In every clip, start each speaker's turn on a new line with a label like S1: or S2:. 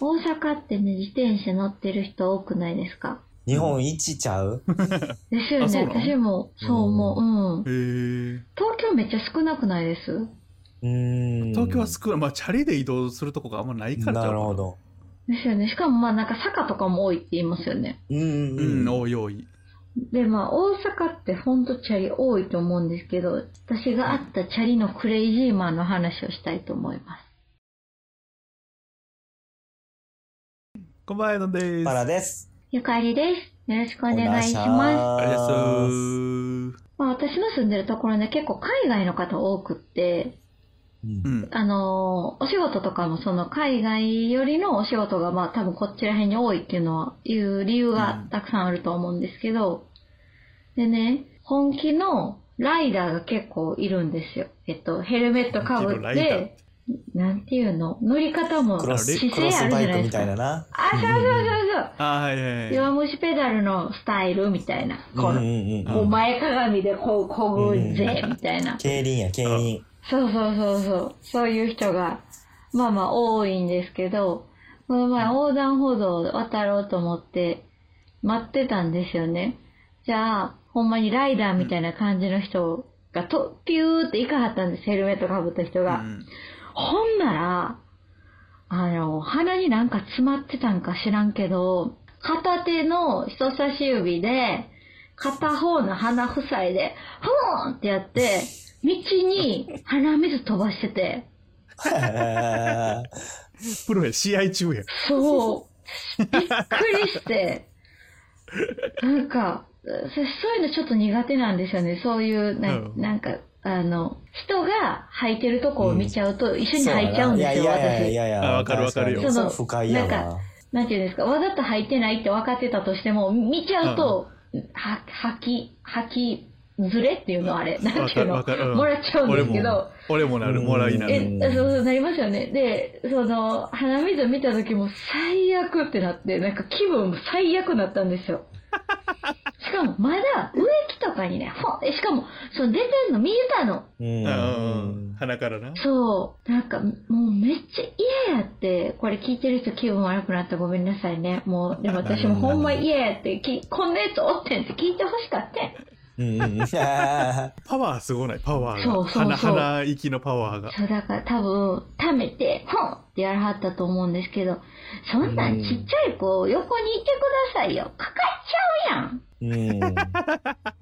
S1: 大阪ってね、自転車乗ってる人多くないですか
S2: 日本一ちゃう、
S1: ですよね。
S3: あそうなの
S1: 私も、そう思う。うん。
S3: へえ。
S1: 東京めっちゃ少なくないです
S2: うーん、
S3: 東京は少ない。まあ、チャリで移動するとこがあんまないから
S2: な
S3: ちゃうか
S2: るほ。ど。
S1: ですよね。しかもまあなんか坂とかも多いって言いますよね。
S2: うんうん
S3: うん、
S2: うん。
S3: 多い多い。
S1: でまあ大阪ってほんとチャリ多いと思うんですけど、私が会ったチャリのクレイジーマンの話をしたいと思います。
S3: こんばんは、エドンです。
S2: パラです。
S1: ゆかりです。よろしくお願いし
S2: お
S1: ます。
S3: あ
S2: 願
S3: り
S2: いし
S3: がとうござい
S2: す。
S3: ます。
S1: まあ私の住んでるところね、結構海外の方多くって、
S2: うん
S3: うん。
S1: あのーお仕事とかもその海外寄りのお仕事がまあ多分こっちら辺に多いっていうのは、いう理由がたくさんあると思うんですけど、でね、本気のライダーが結構いるんですよ。えっと、ヘルメットかぶ
S3: 本
S1: っ
S3: 気のライダー
S1: て、なんていうの、乗り方も
S2: クロ
S1: 姿
S2: ス、
S1: 勢
S2: クロ
S1: あ
S2: ス
S1: るじ
S2: バ
S1: ゃ
S2: イ
S1: な
S2: ク
S1: いで
S2: み
S1: すか。
S2: たいなな。
S1: あ、そうそうそうそう。
S3: あー、はいはいはい。
S1: 弱虫ペダルのスタイルみたいな。
S2: うん
S1: こ
S2: うん
S1: の
S2: うん
S1: こう前鏡でこう、こぐぜ、みたいな。
S2: 競輪や、競輪。
S1: そうそうそうそう。そういう人が、まあまあ多いんですけど、この前横断歩道を渡ろうと思って待ってたんですよね。じゃあ、ほんまにライダーみたいな感じの人がと、ピューって行かはったんです、ヘルメットかぶった人が。
S3: うん
S1: ほんなら、あの、鼻になんか詰まってたんか知らんけど、片手の人差し指で、片方の鼻塞いで、ふーんってやって、道に鼻水飛ばしてて、
S3: プロや、試合中や。
S1: そう、びっくりして、なんか、そそういうのちょっと苦手なんですよね。そういう、な
S3: うん
S1: なんか、あの、人が履いてるとこを見ちゃうと、一緒に
S2: そう
S1: 履いちゃうんですよ、
S2: やないや
S1: 私。
S2: いやいやいや
S3: あわかるわかるよ
S2: 確に
S1: そ
S2: そ
S1: の
S2: う不快や
S1: なん
S2: わ。
S1: なんていうんですか、わざと履いてないって分かってたとしても、見ちゃうと、は、履き、履き、ずれっていうのあれ、なん
S3: わ
S1: てい
S3: か
S1: う
S3: るわ
S1: の、
S3: かる。うん
S1: もらっちゃうんですけど、
S3: 俺もなる、もらいな
S2: う
S3: る。
S1: え
S2: ん、
S1: そうそうなりますよね。で、その、鼻水見た時も最悪ってなって、なんか気分も最悪になったんですよ。 しかも、まだ植木とかにね、ほん、えしかも、その出てんの見えたの。
S2: う
S3: うんん。鼻からな。
S1: そう。なんか、もうめっちゃ嫌やって、これ聞いてる人気分悪くなってごめんなさいね。もう、でも私もほんま嫌やって、きこんなやつおってんって聞いてほしかった
S2: うんうん
S3: パワーすごない、パワー
S1: そうそう
S3: が。
S1: そう
S3: 鼻、鼻息のパワーが。
S1: ん。そう、だから多分、溜めて、ほんってやらはったと思うんですけど、そんなんちっちゃい子、横にいてくださいよ。かかっちゃうやん。
S2: うん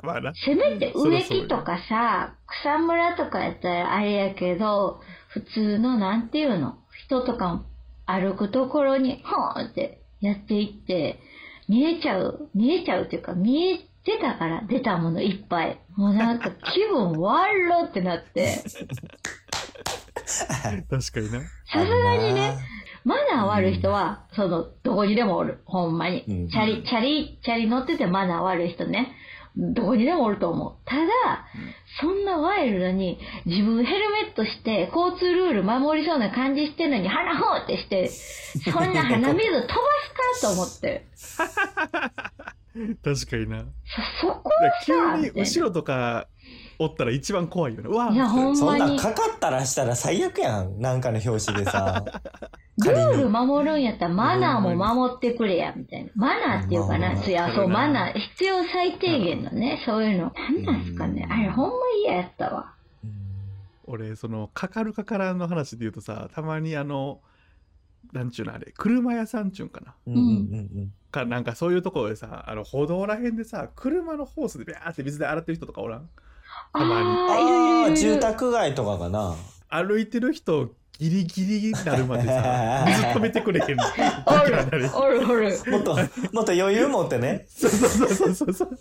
S3: まあな。
S1: せめて植木とかさ、草むらとかやったらあれやけど、普通のなんていうの、人とかも歩くところに、ほーんってやっていって、見えちゃう、見えちゃうっていうか、見えてたから出たものいっぱい。もうなんか気分悪ろってなって、
S3: 確かにな。
S1: さすがにね、マナー悪い人は、その、どこにでもおる。ほんまに。
S2: うん
S1: チャリ、チャリ、チャリ乗っててマナー悪い人ね。どこにでもおると思う。ただ、そんなワイルドに、自分ヘルメットして、交通ルール守りそうな感じしてんのに、鼻ほーってして、そんな鼻水飛ばすかと思って。
S3: 確かにな。
S1: そ、そこをさ、
S3: 急に
S1: みたい
S3: 後ろとかおったら一番怖いよね。うわ
S1: な。いや、ほん
S2: そ
S1: ま
S2: んな
S1: に
S2: ん、かかったらしたら最悪やん。なんかの表紙でさ。
S1: ル
S2: 仮に
S1: ール守るんやったらマナーも守ってくれや、みたいな。マナーっていうか
S2: まあ
S1: な、
S2: まあ
S1: いや、
S3: そ
S1: そう、
S3: れな
S1: マナー、必要最低限のね、そういうの。なんなんすかね
S2: う。ん
S1: あれ、ほんま嫌やったわ。
S3: 俺、その、かかるかからんの話で言うとさ、たまにあの、なんちゅうのあれ、車屋さんちゅうんかな。
S2: うんうんうん
S3: か、なんかそういうところでさ、あの、歩道らへんでさ、車のホースでビャーって水で洗ってる人とかおらん
S1: あ
S3: たまに
S2: うん。
S1: あー、い
S2: あ
S1: るいるい
S2: ー
S1: るい
S2: 住
S1: る。
S2: 宅街とかかな。
S3: 歩いてる人ギリギリになるま でさ、水止めてくれへんの。だからなれ
S1: おるおる。
S2: もっと、もっと余裕持ってね。
S3: そうそうそうそうそう。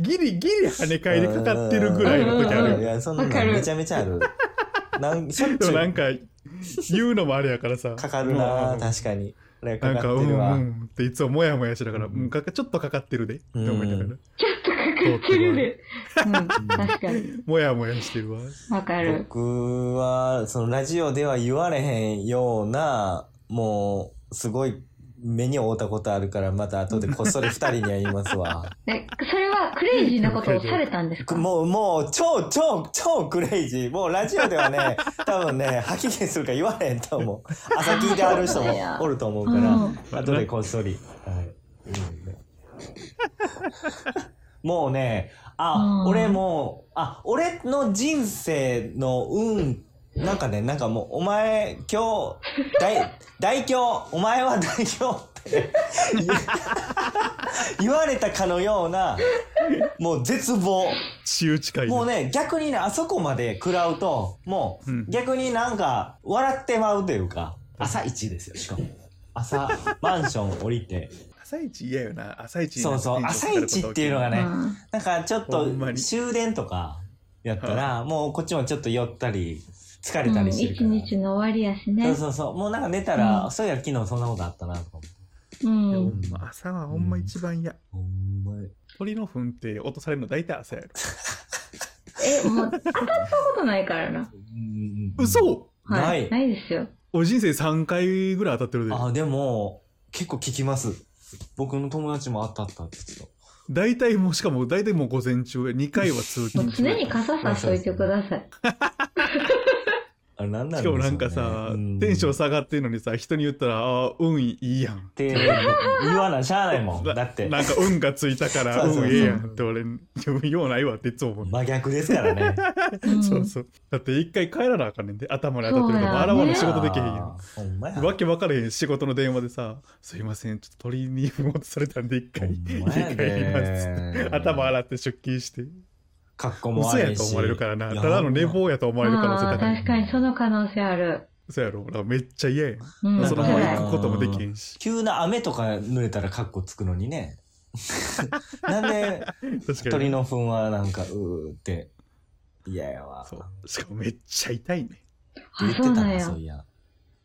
S3: ギリギリ跳ね返りかかってるぐらいの時ある
S1: うん
S2: い。
S3: よ
S2: や、そんな
S1: わ
S2: の
S1: かる
S2: めちゃめちゃある。 なんしょっ
S3: で
S2: ちゅ
S3: もなん
S2: う
S3: か言うのもあれやからさ。
S2: かかるな
S3: う、ん
S2: 確かに。あれ
S3: な
S2: か
S3: んか、
S2: かっ
S3: う
S2: てる
S3: んう
S2: わ。
S3: んっていつももやもやしながら、
S2: う
S3: うんん、かかちょっとかかってるで、って思いなが
S2: う
S3: ら、
S1: ちょっとかかってるで。うん、 確かに。
S3: もやもやしてるわ。
S1: わかる。
S2: 僕は、そのラジオでは言われへんような、もう、すごい目に遭ったことあるから、また後でこっそり二人には言いますわ。
S1: えそれはクレイジーなことをされたんですか
S2: もう、もう、超、超、超クレイジー。もうラジオで はね、多分ね、吐き気するから言われへんと思う。朝聞いてある人もおると思うか
S1: うん
S2: ら、後でこっそり。はい。うんねもうね、あ
S1: う、ん
S2: 俺もう、あ、俺の人生の運、なんかね、なんかもう、お前、今日、大、大凶、お前は大凶って言う 言われたかのような、もう絶望。
S3: 仕打ち会
S2: もうね、逆にね、あそこまで食らうと、も
S3: う、
S2: うん逆になんか、笑ってまうというか、朝一ですよ、しかも。朝、マンション降りて。
S3: 朝一嫌よな朝一に
S2: そうそう、朝一っていうのが
S1: う
S2: ね、
S1: ん
S2: なんかちょっ
S3: ほ
S2: と
S3: んまに
S2: 終電とかやったら、もうこっちもちょっと酔ったり、疲れたりしてるか
S1: 一
S2: ら。
S1: 日の終わりやし
S2: そ
S1: ね
S2: う。そうそう、もうなんか寝たら、
S1: うん
S2: そういや昨日そんなことあったなとか思って。
S1: う
S3: いやほ
S1: ん。
S3: んま朝はほんま一番嫌、
S2: ほんまに
S3: 鳥の糞って落とされるの大体朝やろ
S1: え、もう当たったことないからな。
S2: うん
S3: 嘘
S1: は
S2: ない
S1: い。ないですよ。
S3: 俺人生3回ぐらい当たってるで
S2: あ、でも、結構聞きます。僕の友達もあったあったって言ってた。
S3: 大体もうしかも大体もう午前中2回は通
S1: もう
S3: 勤中
S1: 常 に傘さしといてください。
S2: あれなんなん
S3: し
S2: で
S3: か
S2: ょう
S3: も
S2: ね
S3: なんかさ、
S2: うん
S3: テンション下がってんのにさ人に言ったらあー運いいやん
S2: って言わなしゃあないもん。だって、
S3: なんか運がついたか ら
S2: そうそうそう
S3: 運ええやんって俺用ないわっていつも思う、
S2: 真逆ですから ね。
S1: うん
S3: そうそうだって一回帰らなあかんねんで頭に当たってるのもあらわの仕事できへんやん
S2: あー。ほんまや。
S3: わけ分からへん仕事の電話でさ「すいませんちょっと鳥に戻されたんで一
S2: ほ
S3: 回
S2: ん
S3: 家
S2: まや
S3: 帰ります」っ
S2: で
S3: て頭洗って出勤して
S2: 格好も
S3: 嘘
S2: 悪
S3: や
S2: いし。
S3: と思われるからない
S2: や
S3: ただの寝坊やと思われる可能性
S1: ああ、
S3: 高い
S1: 確かにその可能性ある。
S3: そうやろだからめっちゃ嫌やん
S1: うん。
S2: ん
S3: その
S1: そ
S3: ま
S1: う
S3: ま
S1: だよ
S3: 行くこともできへんし
S2: 急な雨とか濡れたら格好つくのにね。 なんで
S3: 確か
S2: 鳥
S3: に
S2: の糞はなんか、うーって。嫌やわ。
S3: そうしかもめっちゃ痛いね
S1: あ
S2: 言って
S1: そう
S2: た
S1: なん
S2: な、
S1: や
S2: そう。いや。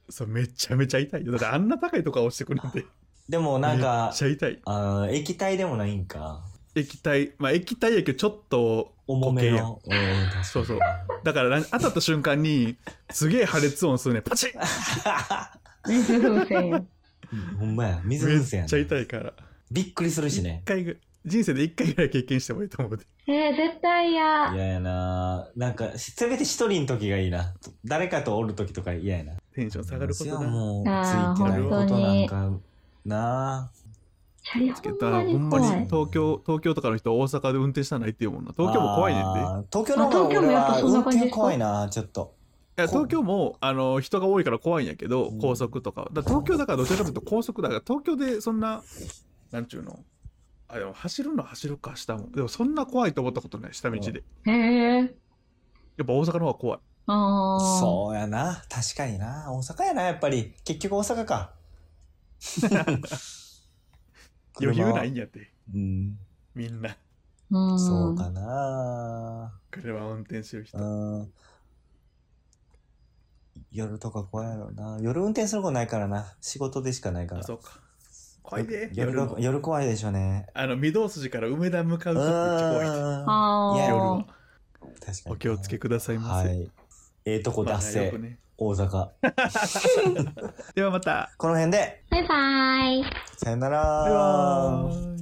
S3: そうめちゃめちゃ痛いよだってあんな高いとこ押してくれて
S2: でもなん
S3: め
S2: か
S3: っ、ちゃ痛い
S2: あー液体でもないんか。
S3: 液体まあ液体やけどちょっと
S2: 重めの。うん確かに
S3: そうそうだからなん当たった瞬間にすげえ破裂音するねパチッ
S1: 水風船や。
S2: ほんまや。水
S3: め
S2: 風船や
S3: っ
S2: な
S3: ちゃ痛いから
S2: びっくりするしね
S3: 一。回ぐ人生で一回ぐらい経験してもいいと思うで
S1: えー、絶対
S2: 嫌
S1: 嫌。
S2: やななんか、せめて一人の時がいいな。誰かとおる時とか嫌やな。
S3: テンション下がること
S2: 私は
S3: な
S2: もう、つ
S1: あー
S2: いてないことなんか、な
S1: チャリ
S3: つけ
S1: ほん
S3: た
S1: ま
S3: らほ
S1: に
S3: んま
S1: 怖
S3: に
S1: い。
S3: 東京東京とかの人大阪で運転したらないっていうもんな東京も怖いねんでい
S2: んで。東京の方
S1: あ
S2: が俺は
S1: 東京もや
S2: 運
S1: っぱそんな感じですか
S2: 転怖いなちょっと。
S3: や東京もあの人が多いから怖いんやけど
S2: うん
S3: 高速とかはだから東京だからどちらかというと高速だから東京でそんななんちゅうのあでも走るのは走るか下もでもそんな怖いと思ったことない下道で
S2: うん
S3: やっ
S1: へえ。
S3: ぱ大阪の方が怖い
S1: ああ。
S2: そうやな確かにな大阪やなやっぱり。結局大阪か。
S3: 余裕な
S2: 車
S3: い
S2: は
S3: んやって
S2: うん。
S3: みんな
S1: うん。
S2: そうかな
S3: 車運転してる人
S2: うん。夜とか怖いやろな夜運転することないからな。仕事でしかないから。
S3: あそうか怖いで
S2: 夜
S3: 夜
S2: 夜
S3: の
S2: 夜怖いでしょうね。
S3: あの御堂筋から梅田向かう
S2: う
S3: とめっちゃ怖いで
S2: ーん
S1: あ
S2: いや夜
S1: あ
S2: は。確かに
S3: お気をつけくださいま
S2: は
S3: せ、
S2: い。ええとこ
S3: まあ
S2: 脱
S3: ね
S2: せ、
S3: よくね
S2: 大阪。
S3: ではまた。
S2: この辺で、
S1: バイバイ。
S2: さよな
S3: バイ
S2: ら
S3: バ。ーイ。